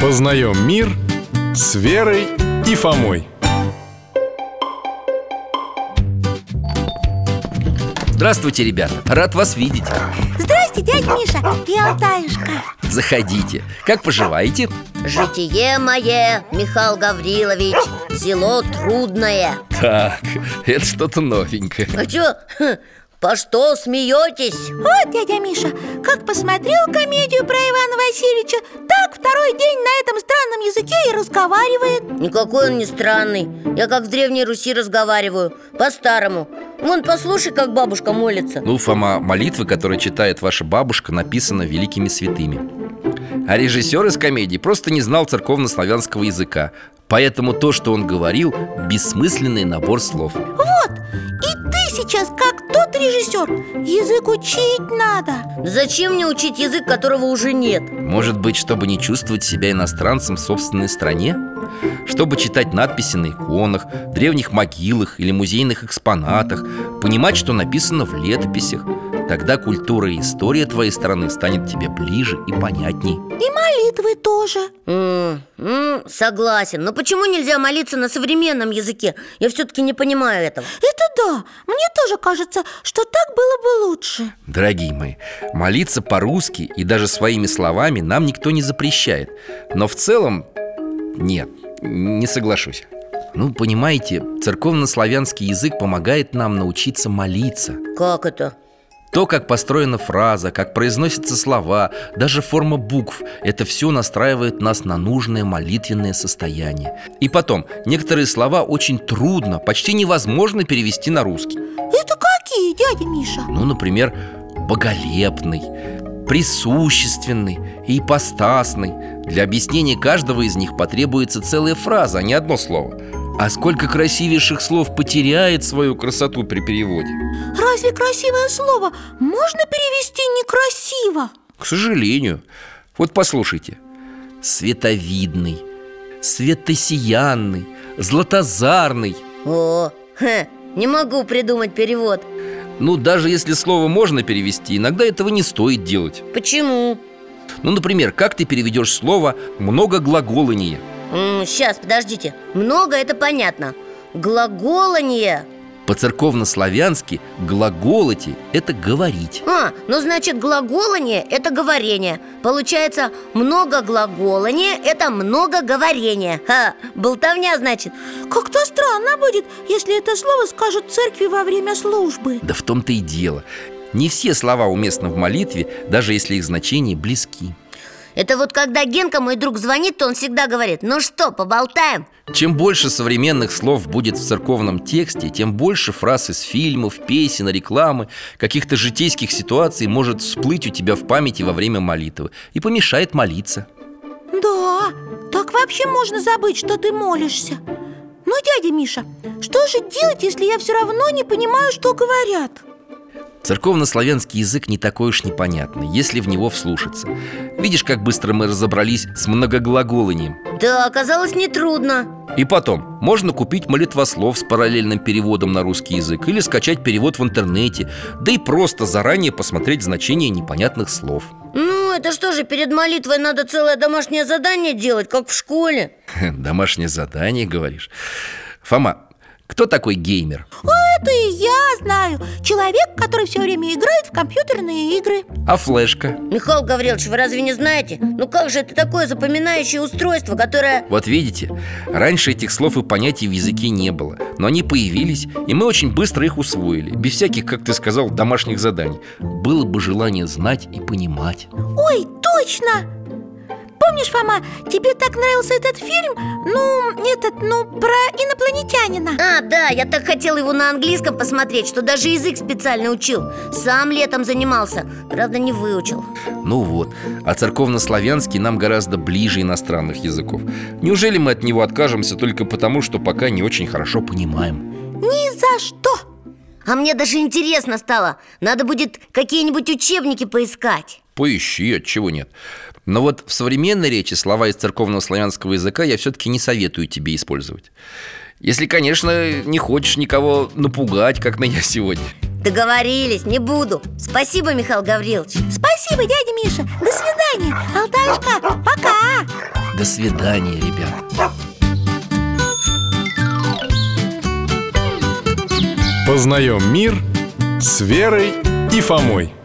Познаем мир с Верой и Фомой. Здравствуйте, ребята! Рад вас видеть! Здрасте, дядь Миша и Алтаюшка Заходите! Как поживаете? Житие мое, Михаил Гаврилович, зело трудное Так, это что-то новенькое А чё, хм, по что смеетесь? Вот дядя Миша, как посмотрел комедию про Ивана Васильевича Так второй день на этом странном языке и разговаривает Никакой он не странный Я как в Древней Руси разговариваю, по-старому Вон, послушай, как бабушка молится Ну, Фома, молитвы, которые читает ваша бабушка, написаны великими святыми А режиссер из комедии просто не знал церковно-славянского языка Поэтому то, что он говорил, бессмысленный набор слов Вот, и ты сейчас как тот режиссер Язык учить надо Зачем мне учить язык, которого уже нет? Может быть, чтобы не чувствовать себя иностранцем в собственной стране? Чтобы читать надписи на иконах, древних могилах или музейных экспонатах Понимать, что написано в летописях Тогда культура и история твоей страны станет тебе ближе и понятней И молитвы тоже М, м, согласен, но почему нельзя молиться на современном языке? Я все-таки не понимаю этого Это да, мне тоже кажется, что так было бы лучше Дорогие мои, молиться по-русски и даже своими словами нам никто не запрещает Но в целом, нет, не соглашусь Ну, понимаете, церковно-славянский язык помогает нам научиться молиться Как это? То, как построена фраза, как произносятся слова, даже форма букв – это все настраивает нас на нужное молитвенное состояние. И потом, некоторые слова очень трудно, почти невозможно перевести на русский. Это какие, дядя Миша? Ну, например, «боголепный», «присущественный» и «ипостасный». Для объяснения каждого из них потребуется целая фраза, а не одно слово. А сколько красивейших слов потеряет свою красоту при переводе? Разве красивое слово можно перевести некрасиво? К сожалению. Вот послушайте. Световидный, светосиянный, златозарный. О, хе, не могу придумать перевод Ну, даже если слово можно перевести, иногда этого не стоит делать. Почему? Ну, например, как ты переведешь слово «многоглаголание»? Сейчас, подождите Много это понятно Глаголанье По-церковно-славянски «глаголоти» – это «говорить». А, ну значит глаголание – это говорение Получается, много глаголания – это много говорения Ха, болтовня, значит Как-то странно будет, если это слово скажут в церкви во время службы Да в том-то и дело. Не все слова уместны в молитве, даже если их значения близки. Это вот когда Генка, мой друг, звонит, то он всегда говорит Ну что, поболтаем? Чем больше современных слов будет в церковном тексте, тем больше фраз из фильмов, песен, рекламы, каких-то житейских ситуаций может всплыть у тебя в памяти во время молитвы и помешает молиться. Да, так вообще можно забыть, что ты молишься Ну, дядя Миша, что же делать, если я все равно не понимаю, что говорят? Ну, Церковно-славянский язык не такой уж непонятный, если в него вслушаться. Видишь, как быстро мы разобрались с многоглаголанием. Да, оказалось нетрудно И потом, можно купить молитвослов с параллельным переводом на русский язык или скачать перевод в интернете, да и просто заранее посмотреть значение непонятных слов. Ну, это что же, перед молитвой надо целое домашнее задание делать, как в школе Домашнее задание, говоришь Фома, кто такой геймер? Это и я знаю Человек, который все время играет в компьютерные игры А флешка? Михаил Гаврилович, вы разве не знаете? Ну как же это такое запоминающее устройство, которое... Вот видите, раньше этих слов и понятий в языке не было Но они появились, и мы очень быстро их усвоили Без всяких, как ты сказал, домашних заданий Было бы желание знать и понимать Ой, точно! Помнишь, Фома, тебе так нравился этот фильм? Ну, этот, ну, про инопланетянина А, да, я так хотел его на английском посмотреть, что даже язык специально учил Сам летом занимался, правда не выучил Ну вот, а церковнославянский нам гораздо ближе иностранных языков Неужели мы от него откажемся только потому, что пока не очень хорошо понимаем? Ни за что! А мне даже интересно стало Надо будет какие-нибудь учебники поискать Поищи, от чего нет. Но вот в современной речи слова из церковного славянского языка я все-таки не советую тебе использовать. Если, конечно, не хочешь никого напугать, как меня сегодня. Договорились, не буду Спасибо, Михаил Гаврилович Спасибо, дядя Миша До свидания, Алтаюшка, пока До До свидания, ребят Познаем мир с Верой и Фомой.